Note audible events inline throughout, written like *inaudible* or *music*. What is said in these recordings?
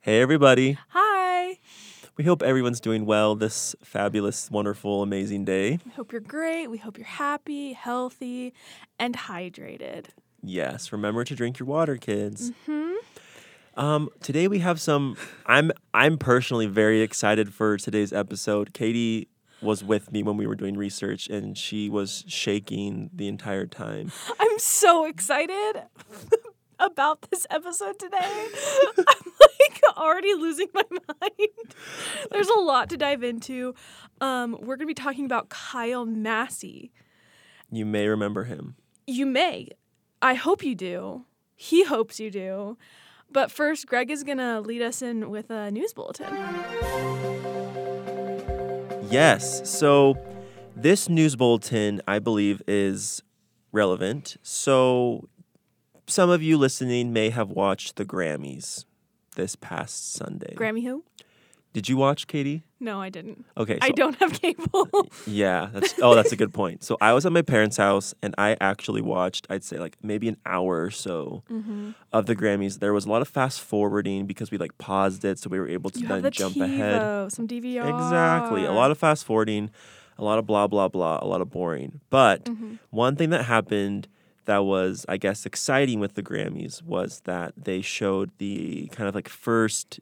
Hey, everybody. Hi. We hope everyone's doing well this fabulous, wonderful, amazing day. We hope you're great. We hope you're happy, healthy, and hydrated. Yes, remember to drink your water, kids. Hmm? Um, today we have some. I'm I'm personally very excited for today's episode. Katie was with me when we were doing research, and she was shaking the entire time. I'm so excited *laughs* about this episode today. *laughs* I'm like already losing my mind. There's a lot to dive into. Um, we're going to be talking about Kyle Massey. You may remember him. You may. I hope you do. He hopes you do. But first, Greg is going to lead us in with a news bulletin. Yes. So this news bulletin, I believe, is relevant. So some of you listening may have watched the Grammys this past Sunday. Grammy who? Did you watch, Katie? No, I didn't. Okay. So, I don't have cable. *laughs* Yeah. That's, oh, that's a good point. So I was at my parents' house and I actually watched, I'd say, like maybe an hour or so Mm-hmm. of the Grammys. There was a lot of fast forwarding because we like paused it. So we were able to you then have the jump TiVo, ahead. Some DVR. Exactly. A lot of fast forwarding, a lot of blah, blah, blah, a lot of boring. But one thing that happened that was, I guess, exciting with the Grammys was that they showed the kind of like first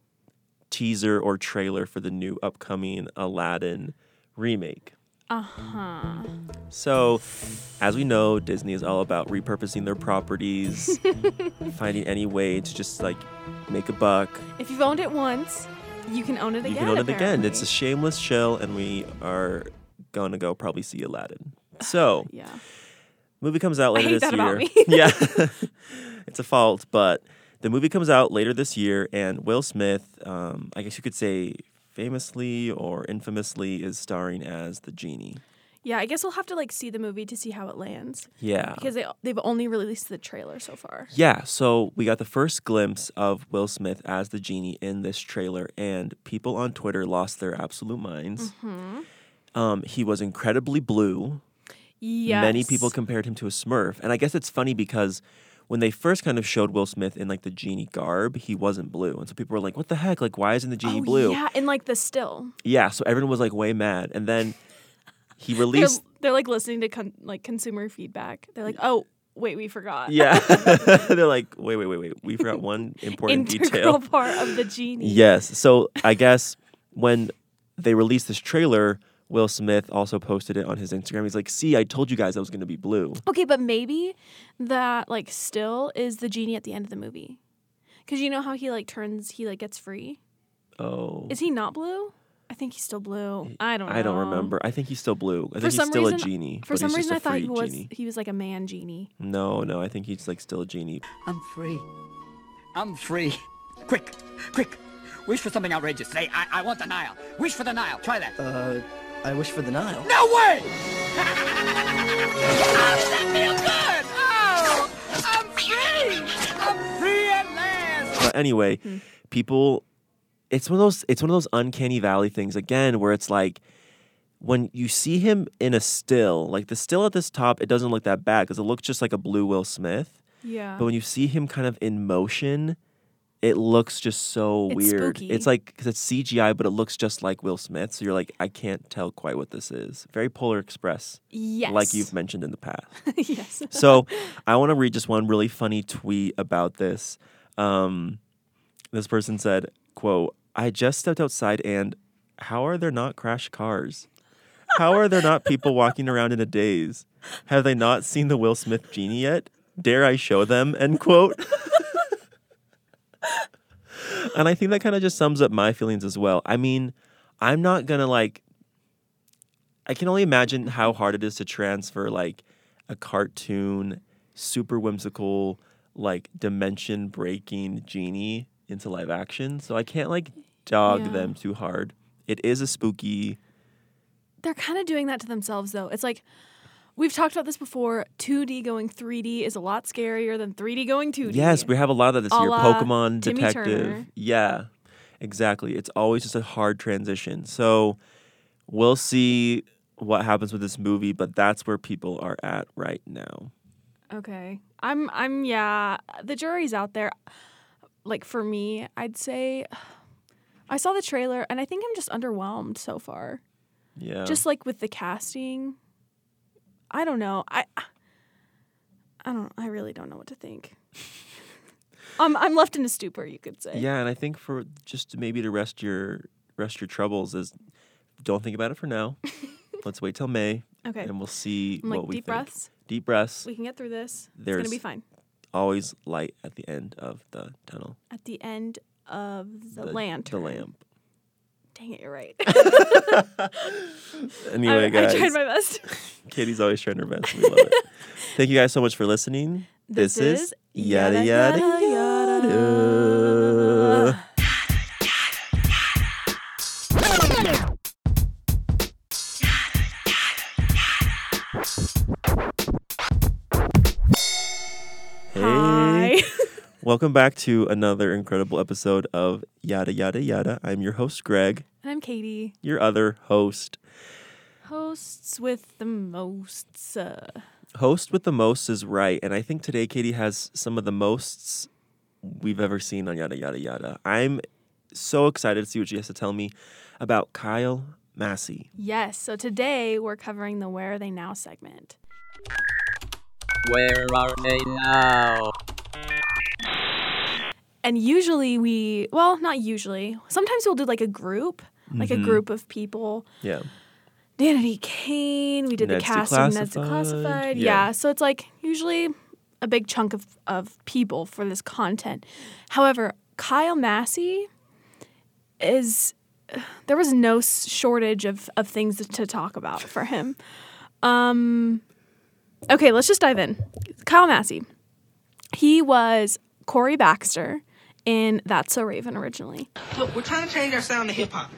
teaser or trailer for the new upcoming Aladdin remake. Uh huh. So, as we know, Disney is all about repurposing their properties, finding any way to just like make a buck, If you've owned it once, you can own it again. you can own it again. apparently. It's a shameless shell, and we are gonna go probably see *sighs* Aladdin. So, yeah. movie comes out later hate this that year. about me. *laughs* *laughs* yeah, it's a fault, but the movie comes out later this year, and Will Smith, um, I guess you could say, famously or infamously, is starring as the genie. Yeah, I guess we'll have to like see the movie to see how it lands Yeah. because they they've only released the trailer so far. Yeah, so we got the first glimpse of Will Smith as the genie in this trailer, and people on Twitter lost their absolute minds. Mm-hmm. Um, he was incredibly blue. Yes. Many people compared him to a Smurf. And I guess it's funny because when they first kind of showed Will Smith in like the genie garb, he wasn't blue. And so people were like, what the heck? Like, why isn't the genie oh, blue? Yeah, and like the still. Yeah, so everyone was like way mad. And then he *laughs* They're, released. they're like listening to con- like consumer feedback. They're like, oh wait, we forgot. yeah. *laughs* They're like, wait, wait, wait, wait. We forgot one important *laughs* detail. *laughs* Integral part of the genie. Yes. So I guess when they released this trailer, Will Smith also posted it on his Instagram. He's like, "See, I told you guys I was going to be blue." Okay, but maybe that like still is the genie at the end of the movie. Cause you know how he like turns he like gets free? Oh, Is he not blue? I think he's still blue. I don't know. I don't remember. I think he's still blue. I think he's Um, some still a reason- genie. For but some he's just reason I a thought free he was genie. he was like a man genie. No, no, I think he's like still a genie. I'm free. I'm free. Quick, quick. Wish for something outrageous today. I, I want the Nile. Wish for the Nile. Try that. Uh, I wish for the Nile. no way! *laughs* How does that feel good? Oh, I'm free! I'm free at last! But anyway, Hmm. people, it's one of those. It's one of those uncanny valley things again, where it's like. When you see him in a still, like the still at this top, it doesn't look that bad because it looks just like a blue Will Smith. Yeah. But when you see him kind of in motion, it looks just so It's weird. spooky. It's like because it's CGI, but it looks just like Will Smith. So you're like, I can't tell quite what this is. Very Polar Express, yes. like *laughs* you've mentioned in the past. *laughs* yes. so I want to read just one really funny tweet about this. Um, this person said, "quote I just stepped outside and how are there not crash cars? How are there not people walking around in a daze? Have they not seen the Will Smith genie yet? Dare I show them?" End quote. and I think that kind of just sums up my feelings as well. I mean, I'm not gonna like. I can only imagine how hard it is to transfer like a cartoon, super whimsical, like dimension breaking genie into live action. So I can't like dog Yeah. them too hard. It is a spooky. They're kind of doing that to themselves though. It's like we've talked about this before. 2D going 3D is a lot scarier than 3D going 2D. Yes, we have a lot of that this A year. la Pokemon Timmy Detective. Turner. Yeah, exactly. It's always just a hard transition. So we'll see what happens with this movie, but that's where people are at right now. Okay. I'm I'm yeah, the jury's out there. like for me, I'd say I saw the trailer and I think I'm just underwhelmed so far. Yeah. Just like with the casting. I don't know. I I don't I really don't know what *laughs* to think. I'm I'm left in a stupor, you could say. yeah, and I think for just maybe to rest your rest your troubles is don't think about it for now. *laughs* Let's wait till May Okay. and we'll see I'm like, what we deep think. breaths. Deep breaths. We can get through this. it's There's- gonna be fine. Always light at the end of the tunnel. At the end of the, The- lantern. The lamp. Dang it, you're right. Anyway, *laughs* I, guys. I tried my best. Katie's always trying her best. We *laughs* love it. Thank you guys so much for listening. This, is Yada Yada Yada. Hey. Hi. *laughs* Welcome back to another incredible episode of Yada Yada Yada. I'm your host, Greg, And I'm Katie, your other host. hosts with the most. Uh, Host with the most is right. And I think today Katie has some of the mosts we've ever seen on Yada Yada Yada. I'm so excited to see what she has to tell me about Kyle Massey. yes, so today we're covering the Where Are They Now segment. Where are they now? And usually we, well, not usually, sometimes we'll do like a group, like a Mm-hmm. group of people. Yeah. Danity Kane, we did Ned's the cast of Ned's Declassified, Declassified. yeah. Yeah. so it's like usually a big chunk of, of people for this content. However, Kyle Massey is there was no s- shortage of, of things to talk about for him. Um, okay, let's just dive in. Kyle Massey, he was Corey Baxter in That's So Raven originally. Look, we're trying to change our sound to hip hop.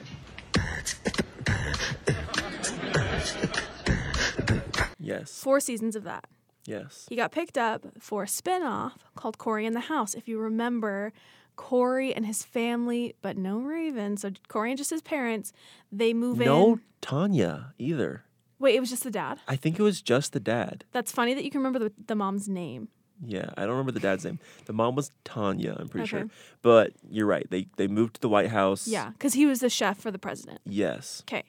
Yes. Four seasons of that. Yes. He got picked up for a spinoff called Corey in the House. If you remember, Corey and his family, but no Raven, so Corey and just his parents, they move No in. Tanya either. Wait, it was just the dad? I think it was just the dad. That's funny that you can remember the, the mom's name. Yeah, I don't remember the dad's name. The mom was Tanya, I'm pretty sure. Okay. But you're right. They they moved to the White House. Yeah, because he was the chef for the president. Yes. Okay,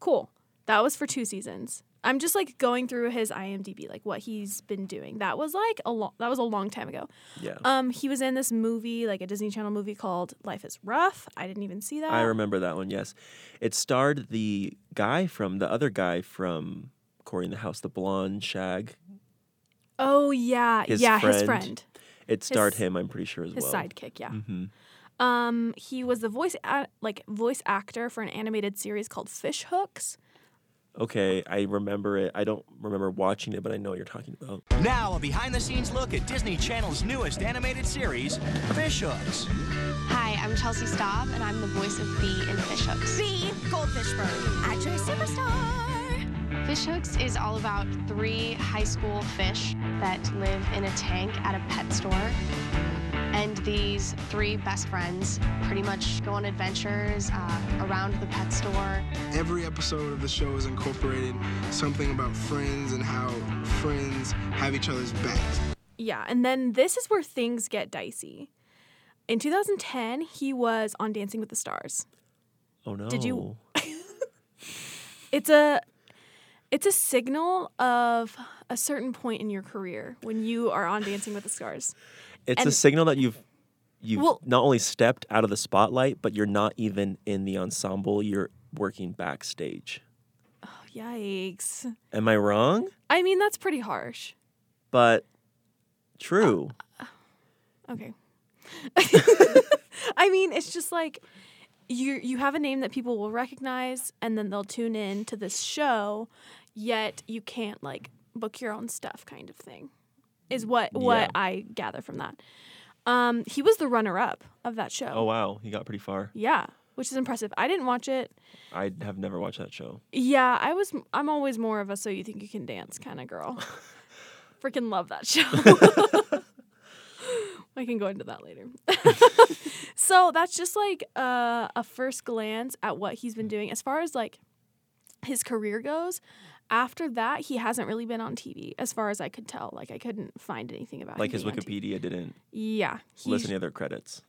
cool. That was for two seasons. I'm just like going through his IMDb, like what he's been doing. That was like a long. That was a long time ago. Yeah. Um, he was in this movie, like a Disney Channel movie called Life Is Rough. I didn't even see that. I remember that one. Yes, it starred the guy from the other guy from Cory in the House, the blonde shag. Oh yeah, His yeah, his friend. friend, It starred His- him. I'm pretty sure as his well. sidekick. Yeah, hmm um, he was the voice a- like voice actor for an animated series called Fish Hooks. Okay, I remember it. I don't remember watching it, but I know what you're talking about. Now, a behind the scenes look at Disney Channel's newest animated series, Fishhooks. Hi, I'm Chelsea Staub, and I'm the voice of Bee in Fishhooks. Bee Goldfishberg, actress superstar. Fishhooks is all about three high school fish that live in a tank at a pet store. And these three best friends pretty much go on adventures uh, around the pet store. Every episode of the show has incorporated something about friends and how friends have each other's backs. Yeah, and then this is where things get dicey. In 2010, he was on Dancing with the Stars. Oh no! you- It's a it's a signal of a certain point in your career when you are on Dancing with the Stars. It's a and- signal that you've you've Well- not only stepped out of the spotlight, but you're not even in the ensemble. You're working backstage. Oh, Yikes. Am I wrong? I mean, that's pretty harsh. But true. Uh, Okay. *laughs* I mean, it's just like you you have a name that people will recognize and then they'll tune in to this show, yet you can't like book your own stuff kind of thing. Is what Yeah. what I gather from that. Um he was the runner up of that show. oh wow, he got pretty far. Yeah, which is impressive. I didn't watch it. I have never watched that show. Yeah, I was I'm always more of a so you think you can dance kind *laughs* of girl. Freaking love that show. *laughs* I can go into that later. *laughs* so that's just like uh, a first glance at what he's been doing as far as like his career goes. after that, he hasn't really been on TV, as far as I could tell. Like I couldn't find anything about Like him his being on TV. Wikipedia didn't Yeah, he's list any other credits.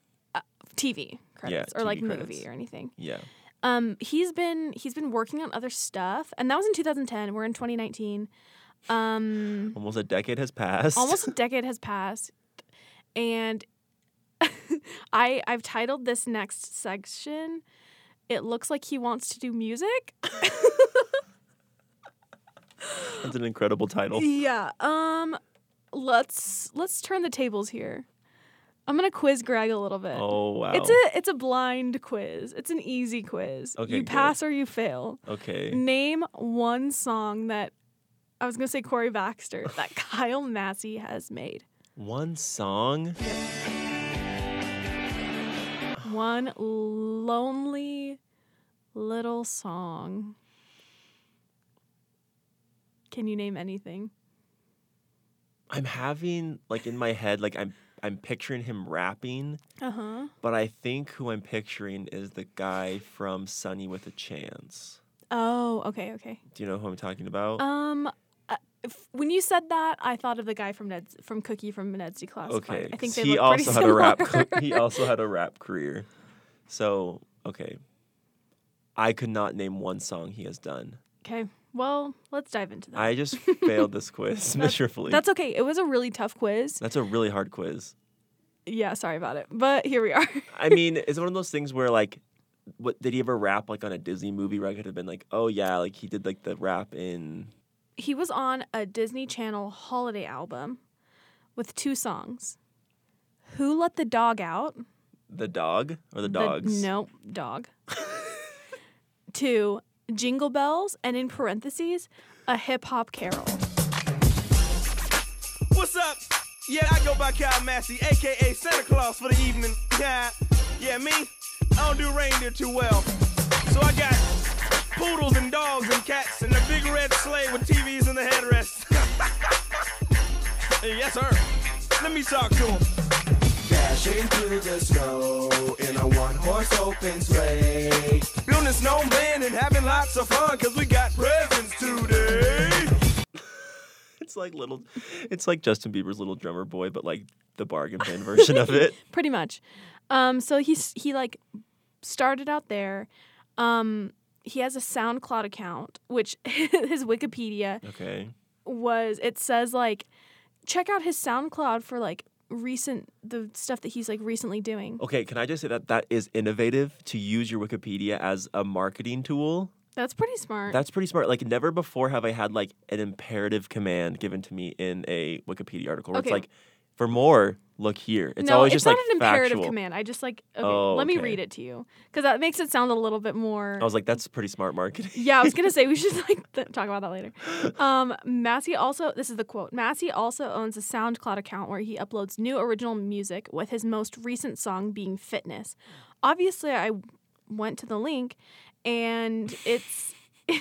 TV credits or TV like credits. movie or anything. Yeah. Um, he's been he's been working on other stuff, and that was in 2010. We're in 2019. *laughs* Um, Almost a decade has passed. *laughs* almost a decade has passed, and *laughs* I I've titled this next section. It looks like he wants to do music. *laughs* That's an incredible title. Yeah. Um, let's let's turn the tables here. I'm gonna quiz Greg a little bit. Oh wow. It's a it's a blind quiz. It's an easy quiz. Okay, you good. pass or you fail. okay. *laughs* Name one song that I was gonna say Corey Baxter *laughs* that Kyle Massey has made. One song. One lonely little song. Can you name anything? I'm having like in my head like I'm I'm picturing him rapping, Uh huh. but I think who I'm picturing is the guy from Sunny with a Chance. Oh, okay, okay. Do you know who I'm talking about? Um, uh, if, when you said that, I thought of the guy from Ned's from Cookie from Ned's Declassified. okay. I think 'cause they he look pretty also had a rap *laughs* similar. *laughs* he also had a rap career. So, okay. I could not name one song he has done. okay, well, let's dive into that. I *laughs* just failed this quiz miserably. That's okay. It was a really tough quiz. That's a really hard *laughs* quiz. Yeah, sorry about it, but here we are. I mean, it's one of those things where like, what did he ever rap like on a Disney movie? Where I could have been like, oh yeah, like he did like the rap in. he was on a Disney Channel holiday album with two songs. Who let the dog out? The dog or the The- dogs? no, dog. Two, Jingle Bells, and in parentheses, a hip hop carol. What's up? Yeah, I go by Kyle Massey, aka Santa Claus for the evening. *laughs* Yeah, yeah, me? I don't do reindeer too well. So I got poodles and dogs and cats and a big red sleigh with TVs in the headrest. *laughs* Hey, yes, sir. Let me talk to him. Dashing through the snow in a one horse open sleigh. Building a snowman and having lots of fun, cause we got presents today. *laughs* It's like little, it's like Justin Bieber's little drummer boy, but like the bargain *laughs* bin version of it. Pretty much. Um, so he's he like started out there. Um, he has a SoundCloud account, which *laughs* his Wikipedia Okay. was it says like check out his SoundCloud for like recent the stuff that he's like recently doing. Okay. Can I just say that that is innovative to use your Wikipedia as a marketing tool? That's pretty smart. That's pretty smart. Like never before have I had like an imperative command given to me in a Wikipedia article where it's Okay. like, for more, look here. It's no, always it's just not like an imperative factual. command. I just like okay, Oh, let me okay. Oh, read it to you because that makes it sound a little bit more. I was like, that's pretty smart marketing. yeah, I was gonna say we should like *laughs* th- talk about that later. Um, Massey also this is the quote. Massey also owns a SoundCloud account where he uploads new original music, with his most recent song being "Fitness." Obviously, I went to the link, and it's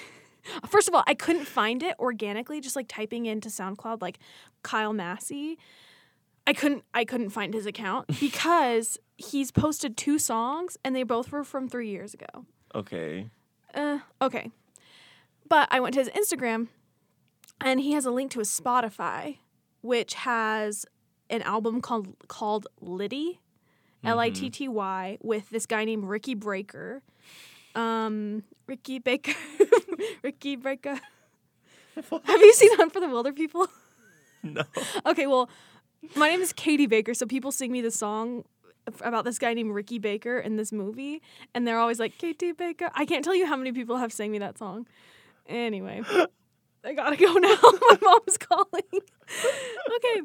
*laughs* first of all I couldn't find it organically. Just like typing into SoundCloud like Kyle Massey, I couldn't I couldn't find his account because he's posted two songs and they both were from three years ago Okay. uh, okay. But I went to his Instagram and he has a link to his Spotify, which has an album called called Liddy, L I T T Y, with this guy named Ricky Breaker. Um, Ricky Baker. *laughs* Ricky Breaker. Have you seen Hunt for the Wilder People? No. Okay, well, my name is Katie Baker, so people sing me the song f- about this guy named Ricky Baker in this movie, and they're always like, Katie Baker. I can't tell you how many people have sang me that song. Anyway, I gotta go now. *laughs* my mom's calling. *laughs* okay.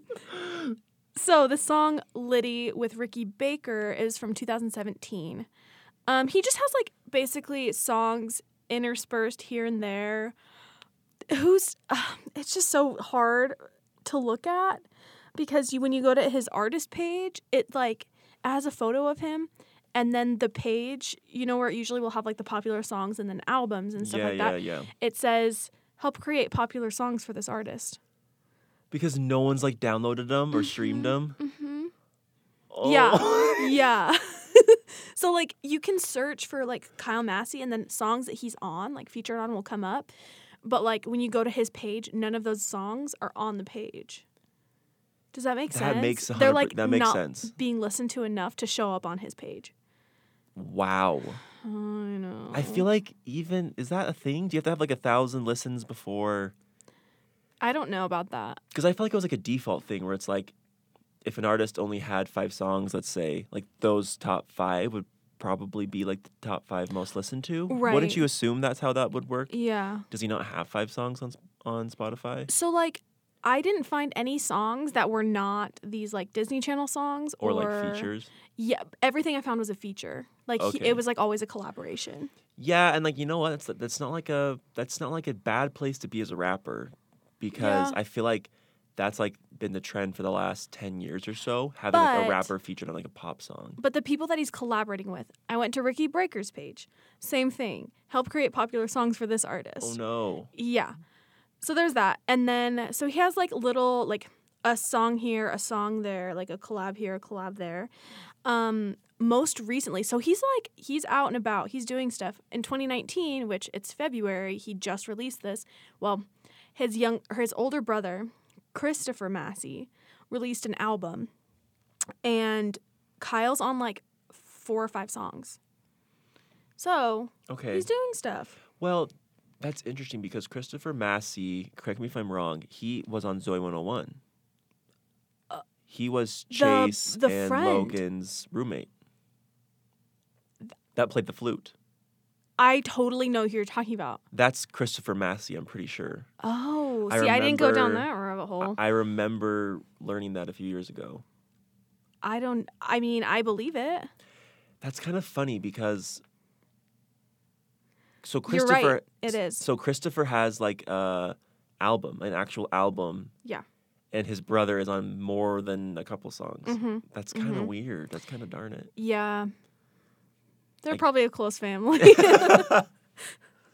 So the song Liddy with Ricky Baker is from 2017. Um, he just has like basically songs interspersed here and there. Who's it's just so hard to look at because you when you go to his artist page, it like has a photo of him and then the page, you know where it usually will have like the popular songs and then albums and stuff yeah, like yeah, that. yeah. It says help create popular songs for this artist. Because no one's like downloaded them or streamed them. Oh. *laughs* Yeah. Yeah. *laughs* so like you can search for like Kyle Massey and then songs that he's on, like featured on will come up. But like when you go to his page, none of those songs are on the page. Does that make That sense? makes a They're hundred per- like that makes not sense. being listened to enough to show up on his page. Wow. I know. I feel like even is that a thing? Do you have to have like a thousand listens before? I don't know about that. Because I feel like it was like a default thing where it's like, if an artist only had five songs, let's say, like those top five would probably be like the top five most listened to. Right. Wouldn't you assume that's how that would work? Yeah. Does he not have five songs on s- on Spotify? So like I didn't find any songs that were not these like Disney Channel songs Or, like features? Yeah, everything I found was a feature. Like he, Okay. it was like always a collaboration. Yeah, and like you know what? That's that's not like a that's not like a bad place to be as a rapper, because Yeah. I feel like that's like been the trend for the last ten years or so, having like But- a rapper featured on like a pop song. But the people that he's collaborating with, I went to Ricky Breaker's page. Same thing. Help create popular songs for this artist. Oh no! Yeah. So there's that. And then so he has like little like a song here, a song there, like a collab here, a collab there. Um most recently, so he's like he's out and about, he's doing stuff. In 2019, which it's February, he just released this. Well, his young or his older brother, Christopher Massey, released an album. And Kyle's on like four or five songs. So, Okay. he's doing stuff. Well, that's interesting because Christopher Massey, correct me if I'm wrong, he was on Zoe 101. he was Uh, the- Chase the and friend. Logan's roommate. That played the flute. I totally know who you're talking about. That's Christopher Massey, I'm pretty sure. Oh, see, I I didn't go down remember- that rabbit hole. I remember learning that a few years ago. I, don't. I mean, I believe it. That's kind of funny because so You're Christopher right, it is. So Christopher has like a album, an actual album Yeah. and his brother is on more than a couple songs. Mhm. That's kind of Mhm. weird. That's kind of darn it. Yeah. They're Like- probably a close family. *laughs* *laughs*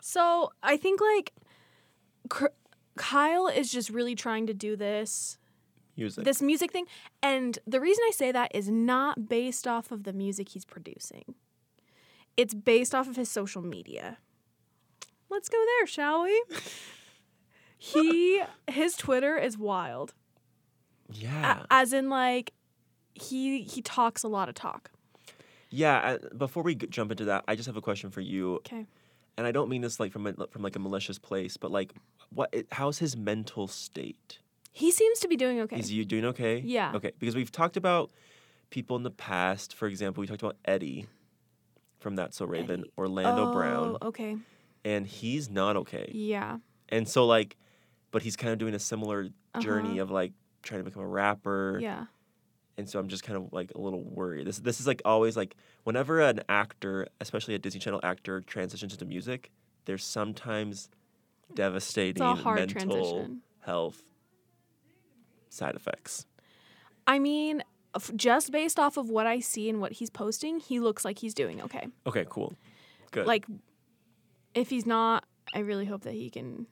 so I think like Cr- Kyle is just really trying to do this Music. this music thing, and the reason I say that is not based off of the music he's producing. It's based off of his social media. Let's go there, *laughs* shall we? he his Twitter is wild. uh, yeah. as in like he he talks a lot of talk yeah. I, before we g- jump into that, I just have a question for you. okay And I don't mean this like from a, from like a malicious place, but like, what? It, how's his mental state? he seems to be doing okay Is you doing okay? Yeah. Okay. Because we've talked about people in the past. For example, we talked about Eddie from That So Raven, Orlando Brown, Oh, okay and he's not okay. yeah And so like, but he's kind of doing a similar journey Uh-huh. of like trying to become a rapper. yeah and so I'm just kind of like a little worried. This this is like always like whenever an actor, especially a Disney Channel actor, transitions into music, there's sometimes devastating hard mental transition. health side effects. i mean f- just based off of what i see and what he's posting he looks like he's doing okay Okay, cool, good. *laughs* like if he's not i really hope that he can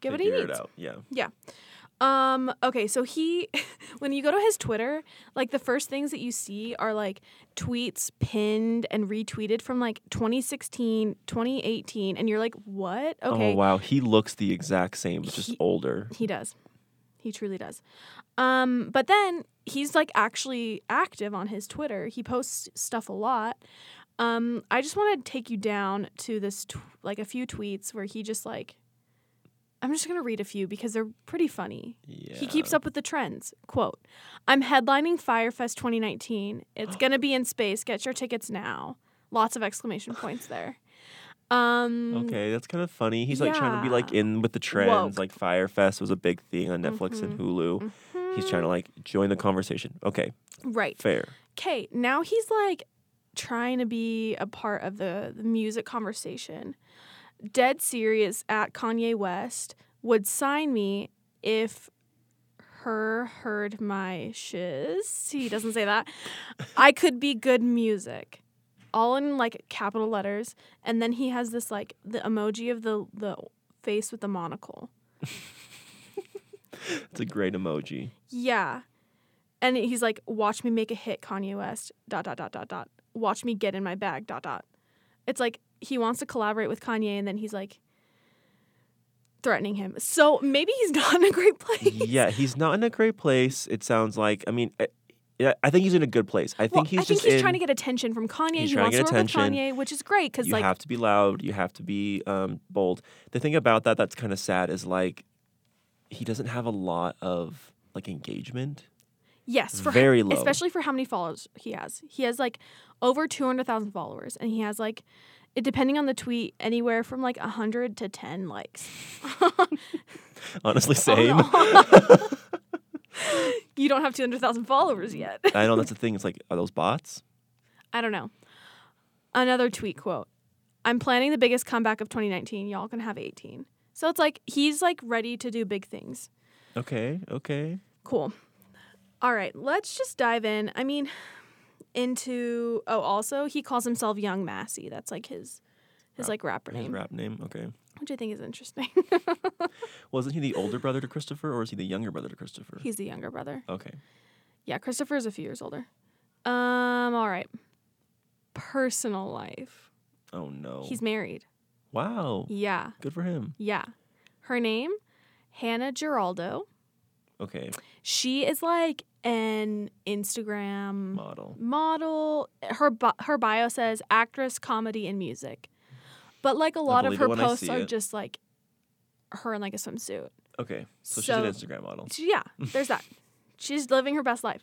get what he Figure needs it out. Yeah, Yeah. Um, okay, so he *laughs* when you go to his Twitter, like the first things that you see are like tweets pinned and retweeted from like 2016, 2018 and you're like, "What?" Okay. Oh wow, he looks the exact same, but just He- older. He does. He truly does. Um, but then he's like actually active on his Twitter. He posts stuff a lot. Um, I just want to take you down to this tw- like a few tweets where he just like I'm just going to read a few because they're pretty funny. He keeps up with the trends. Quote, I'm headlining Firefest 2019. It's going to be in space. Get your tickets now. Lots of exclamation points there. Um, Okay, that's kind of funny. He's like trying to be like in with the trends. Woke. Mm-hmm. Like Firefest was a big thing on Netflix and Hulu. He's trying to like join the conversation. Okay, Right. fair. Okay, now he's like trying to be a part of the, the music conversation. Dead serious at Kanye West would sign me if her heard my shiz. He doesn't say that. I could be good music. All in like capital letters. And then he has this like the emoji of the the face with the monocle. It's a great *laughs* emoji. Yeah. And he's like, watch me make a hit, Kanye West, dot, dot, dot, dot, dot. Watch me get in my bag, dot, dot. It's like he wants to collaborate with Kanye, and then he's like, threatening him. So maybe he's *laughs* not in a great place. yeah, he's not in a great place. It sounds like. I mean, I, yeah, I think he's in a good place. I think Well, he's I think just he's in, trying to get attention from Kanye. he's he trying wants to to get work with attention. Kanye, which is great because you like have to be loud. You have to be um, bold. The thing about that that's kind of sad is like he doesn't have a lot of like engagement. *laughs* Yes, for Very how, low. especially for how many followers he has. He has like over two hundred thousand followers, and he has like, it, depending on the tweet, anywhere from like hundred to ten likes. *laughs* Honestly, Oh, same. You don't have two hundred thousand followers yet. *laughs* I know that's the thing. It's like, are those bots? I don't know. Another tweet quote: "I'm planning the biggest comeback of 2019. Y'all can have 18." So it's like he's like ready to do big things. Okay, okay. Cool. All right, let's just dive in. I mean, into oh, also he calls himself Young Massey. That's like his his like rapper His name, rap name. Okay. which I think is interesting. *laughs* Well, isn't he the older brother to Christopher, or is he the younger brother to Christopher? He's the younger brother. okay. Yeah, Christopher is a few years older. Um, all right. Personal life. Oh no. He's married. Wow. Yeah. Good for him. Yeah. Her name, Hannah Giraldo. Okay. She is like an Instagram model. Model. Her bi- her bio says actress, comedy, and music. But like a lot of believe it her when I posts see are it. just like her in like a swimsuit. Okay. So, she's So- an Instagram model. She- yeah, *laughs* there's that. She's living her best life.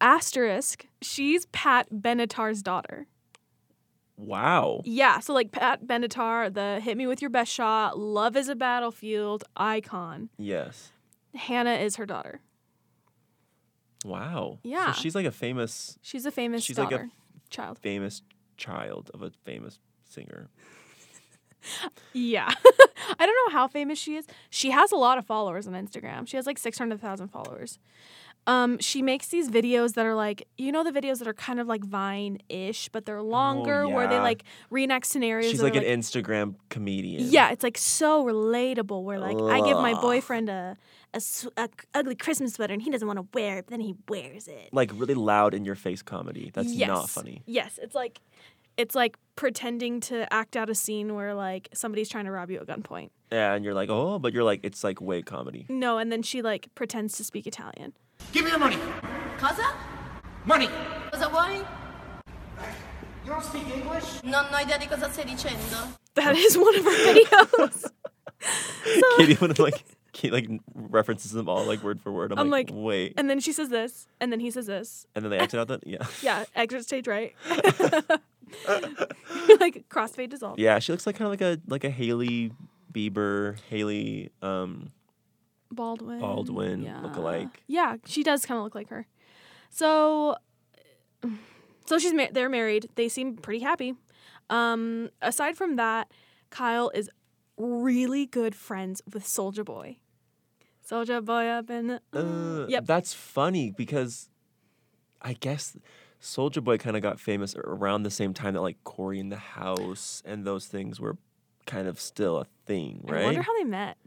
Asterisk, she's Pat Benatar's daughter. Wow. Yeah, so like Pat Benatar, the hit me with your best shot, love is a battlefield icon. Yes. Hannah is her daughter. Wow. Yeah. So she's like a famous, She's a famous She's like a- daughter child. famous child of a famous singer. Yeah. *laughs* I don't know how famous she is. She has a lot of followers on Instagram. She has like 600,000 followers. Um, she makes these videos that are like, you know, the videos that are kind of like Vine ish, but they're longer, where they Oh, yeah. like reenact scenarios. She's that are, like an Instagram comedian. Yeah, it's like so relatable. Where like I give my Ugh. boyfriend a, a, s- a c- ugly Christmas sweater and he doesn't want to wear it, but then he wears it. Like really loud in your face comedy. That's not Yes. funny. Yes, it's like it's like pretending to act out a scene where like somebody's trying to rob you at gunpoint. Yeah, and you're like, oh, but you're like, it's like way comedy. No, and then she like pretends to speak Italian. Give me your money. Cosa? Money. Cosa vuoi? You don't speak English? Non ho idea di cosa stai dicendo. That is one of her *laughs* videos. Katie would like, Katie like references them all like word for word. I'm, I'm like, like, wait. and then she says this, and then he says this. and then they acted out that, yeah. *laughs* Yeah, exit stage right. *laughs* like crossfade dissolve. Yeah, she looks like kind of like a like a Haley Bieber, Haley um Baldwin. Baldwin yeah. lookalike. Yeah, she does kind of look like her. So, so she's ma- they're married. They seem pretty happy. Um, aside from that, Kyle is really good friends with Soldier Boy. Soldier Boy up in. the- Uh, Yep. That's funny because I guess Soldier Boy kind of got famous a- around the same time that like Corey in the House and those things were kind of still a thing, right? I wonder how they met.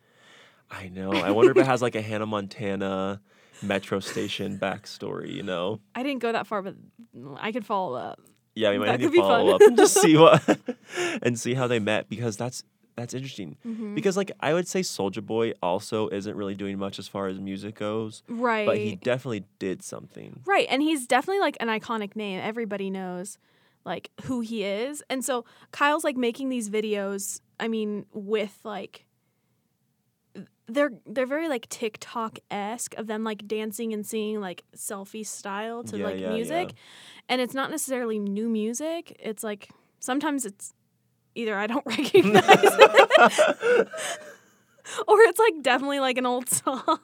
I know. I wonder if it has like a Hannah Montana metro station backstory, you know? I didn't go that far, but I could follow up. Yeah, we might That have to could be follow fun. up and *laughs* just see what *laughs* and see how they met because that's that's interesting. Mhm. Because like I would say Soldier Boy also isn't really doing much as far as music goes. But he Right. definitely did something. Right, and he's definitely like an iconic name. Everybody knows like who he is. And so Kyle's like making these videos, I mean, with like they're they're very like TikTok-esque of them like dancing and singing like selfie style to Yeah, like yeah, music. yeah. And it's not necessarily new music. It's like sometimes it's either I don't *laughs* recognize *laughs* it *laughs* or it's like definitely like an old *laughs* song.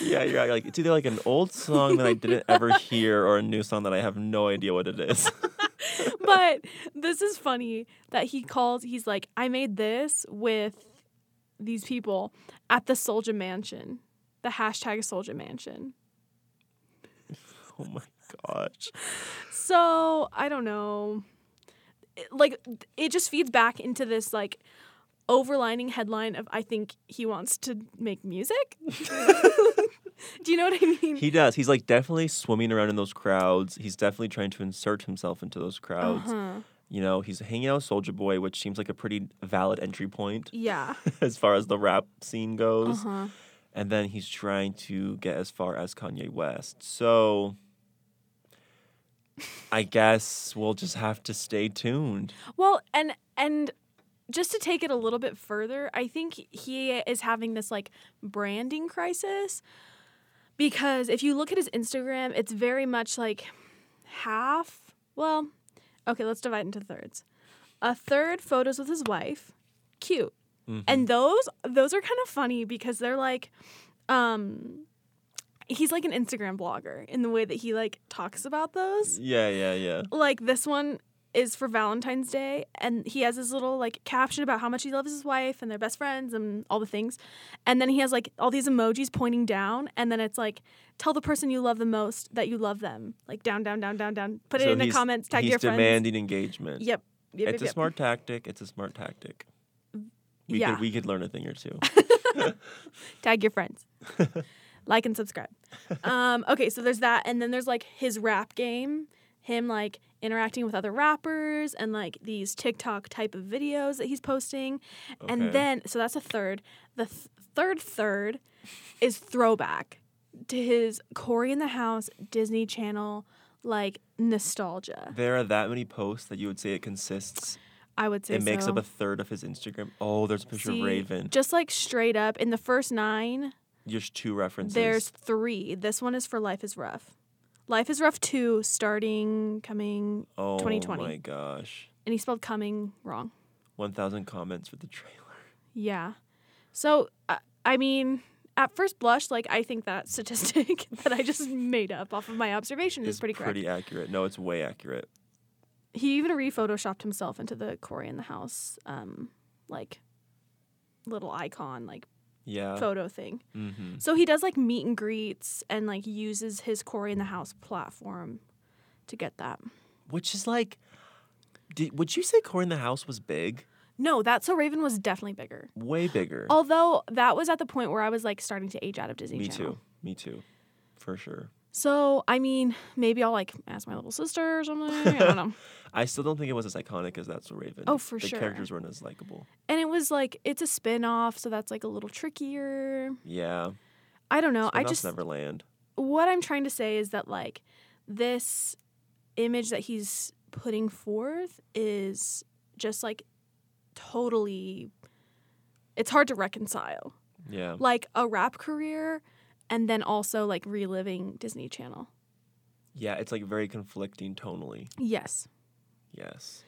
yeah, you're right. like it's either like an old song that I didn't ever hear or a new song that I have no idea what it is. *laughs* but this is funny that he calls he's like i made this with these people at the soldier mansion the hashtag soldier mansion oh my gosh. so i don't know It- like it just feeds back into this like overlining headline of i think he wants to make music *laughs* do you know what i mean He does. He's like definitely swimming around in those crowds. He's definitely trying to insert himself into those crowds. Uh-huh. You know, he's hanging out with Soldier Boy, which seems like a pretty valid entry point. Yeah. *laughs* as far as the rap scene goes. Uh-huh. And then he's trying to get as far as Kanye West. So I guess we'll just have to stay tuned. Well, and and just to take it a little bit further, I think he is having this like branding crisis because if you look at his Instagram, it's very much like half. Well, okay, let's divide into thirds. A third photos with his wife, cute, Mhm. and those those are kind of funny because they're like, um, he's like an Instagram blogger in the way that he like talks about those Yeah, yeah, yeah. like this one is for Valentine's Day, and he has his little like caption about how much he loves his wife and their best friends and all the things. And then he has like all these emojis pointing down, and then it's like, tell the person you love the most that you love them. Like down, down, down, down, down. Put it So in the he's- comments. Tag he's your friends. demanding engagement. Yep. Yep, it's yep, a yep. smart tactic. It's a smart tactic. We Yeah. could we could learn a thing or two. Tag *laughs* your friends. like and subscribe. Um, okay, so there's that. And then there's like his rap game, him like interacting with other rappers and like these TikTok type of videos that he's posting. Okay. And then, so that's a third. The th- third third is throwback to his Corey in the House Disney Channel like nostalgia. there are that many posts that you would say it consists. I would say it makes up so. a third of his Instagram. Oh, there's a picture See, of Raven. Just like straight up in the first nine, There's two references. There's three. This one is for Life is Rough. Life is Rough 2 starting coming oh 2020. my gosh, And he spelled coming wrong. one thousand comments for the trailer. Yeah. So, uh, I mean, at first blush, like, I think that statistic *laughs* that I just made up off of my observation is It's pretty correct. pretty accurate. No, it's way accurate. He even re photoshopped himself into the Corey in the House, um, like, little icon, like, Yeah. photo thing. Uh. Mm-hmm. So he does like meet and greets and like uses his Corey in the House platform to get that. Which is like, did, would you say Corey in the House was big? No, that so Raven was definitely bigger. Way bigger. Although that was at the point where I was like starting to age out of Disney Me Channel. too. Me too. For sure. So I mean, maybe I'll like ask my little sister or something. *laughs* I don't know. I still don't think it was as iconic as That's So Raven. Oh, for the sure. The characters weren't as likable. And it was like it's a spin off, so that's like a little trickier. Yeah. I don't know. I Spin-offs just never land. what I'm trying to say is that like this image that he's putting forth is just like totally it's hard to reconcile. Yeah. Like a rap career and then also like reliving Disney Channel. Yeah, it's like very conflicting tonally. Yes. Yes.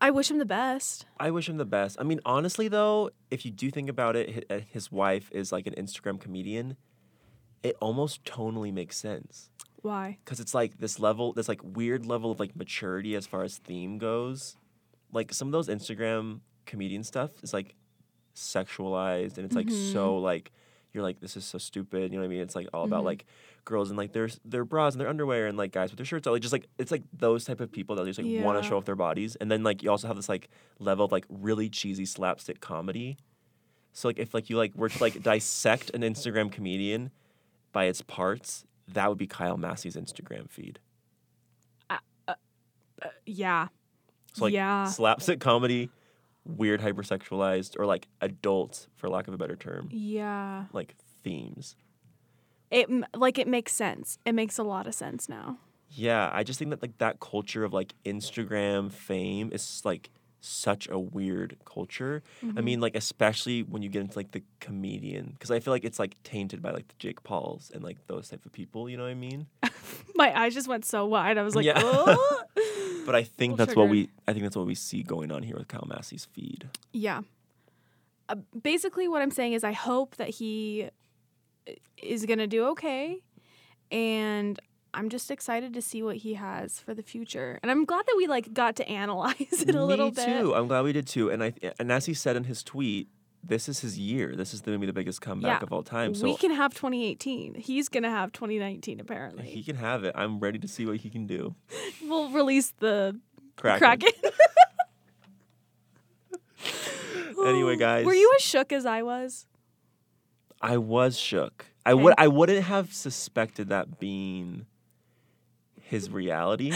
I wish him the best. I wish him the best. I mean, honestly, though, if you do think about it, hi- uh, his wife is like an Instagram comedian. It almost tonally makes sense Why? because it's like this level, this like weird level of like maturity as far as theme goes. Like some of those Instagram comedian stuff is like sexualized and it's like Mhm. so like you're like this is so stupid. You know what I mean? It's like all about Mhm. like girls and like their their bras and their underwear and like guys with their shirts out. Like just like it's like those type of people that just like want Yeah. to show off their bodies. And then like you also have this like level of like really cheesy slapstick comedy. So like if like you like were to like dissect an Instagram comedian by its parts, that would be Kyle Massey's Instagram feed. Uh, yeah. So like yeah. slapstick comedy, weird hypersexualized or like adult for lack of a better term, yeah. like themes. It m- like it makes sense. It makes a lot of sense now. Yeah, I just think that like that culture of like Instagram fame is like such a weird culture. I Mm-hmm. Mhm. mean, like especially when you get into like the comedian, because I feel like it's like tainted by like the Jake Pauls and like those type of people. You know what I mean? *laughs* My eyes just went so wide. I was like, Yeah. *laughs* oh. But I think Little that's what triggered. we I think that's what we see going on here with Kyle Massey's feed. Yeah. Uh, basically, what I'm saying is, I hope that he i- is going to do okay. And I'm just excited to see what he has for the future. And I'm glad that we like got to analyze it a Me little bit. too. I'm glad we did too. And I and as he said in his tweet, this is his year. This is going to be the biggest comeback of all time. So we can have 2018. He's going to have 2019, apparently. he can have it. I'm ready to see what he can do. we'll release the Kraken. Kraken. *gasps* Anyway, guys, Were you as shook as I was? I was shook. I would I wouldn't have suspected that being his *laughs* reality.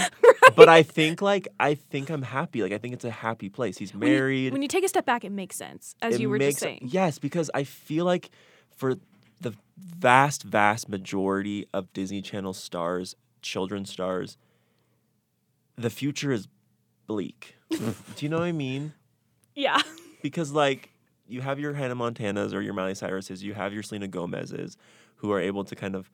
But I think like I think I'm happy. Like I think it's a happy place. He's When you- married. When you, take a step back, it makes sense, as it you were makes- just saying. Yes, because I feel like for the vast, vast majority of Disney Channel stars, children stars, the future is *laughs* bleak. Do you know what I mean? Yeah. Because like you have your Hannah Montanas or your Miley Cyruses, you have your Selena Gomez's, who are able to kind of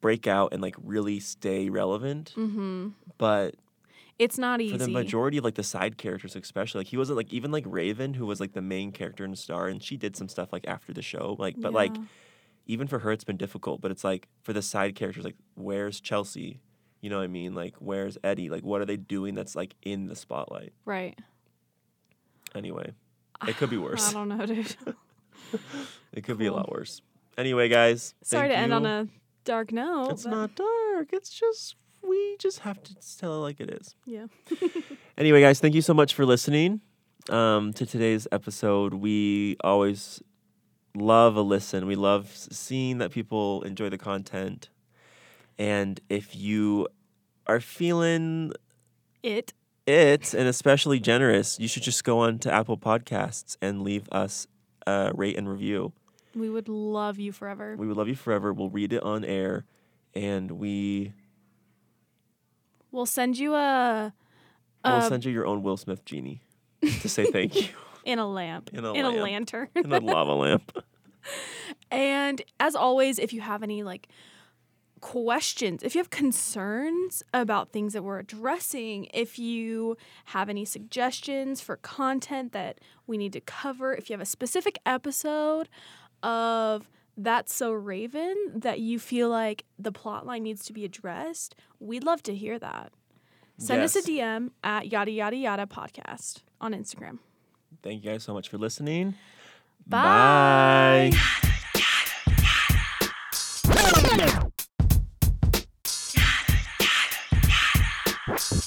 break out and like really stay relevant. Mm-hmm. But *laughs* It's not easy. for the majority of like the side characters especially like he wasn't like even like raven who was like the main character and star and she did some stuff like after the show like but like Yeah. even for her it's been difficult but it's like for the side characters like where's chelsea you know what i mean like where's eddie like what are they doing that's like in the spotlight Right. anyway *sighs* it could be worse I don't know, *laughs* dude. it could be a lot worse anyway guys Sorry thank to end on you. a dark note. it's but- not dark it's just we just have to tell it like it is Yeah. Anyway, guys, thank you so much for listening um, to today's episode. We always love a listen. We love s- seeing that people enjoy the content. And if you are feeling It. it and especially generous, you should just go on to Apple Podcasts and leave us a rate and review. We would love you forever. We would love you forever. We'll read it on air. And we We'll send you a. will a- send you your own Will Smith genie to say thank you *laughs* in a lamp. In a in lamp. a *laughs* lantern. in a lava lamp. And as always, if you have any like questions, if you have concerns about things that we're addressing, if you have any suggestions for content that we need to cover, if you have a specific episode of That's So Raven that you feel like the plot line needs to be addressed, we'd love to hear that. Send us Yes. a DM at yada yada yada podcast on Instagram. *laughs* Thank you guys so much for listening. Bye. Bye. Bye.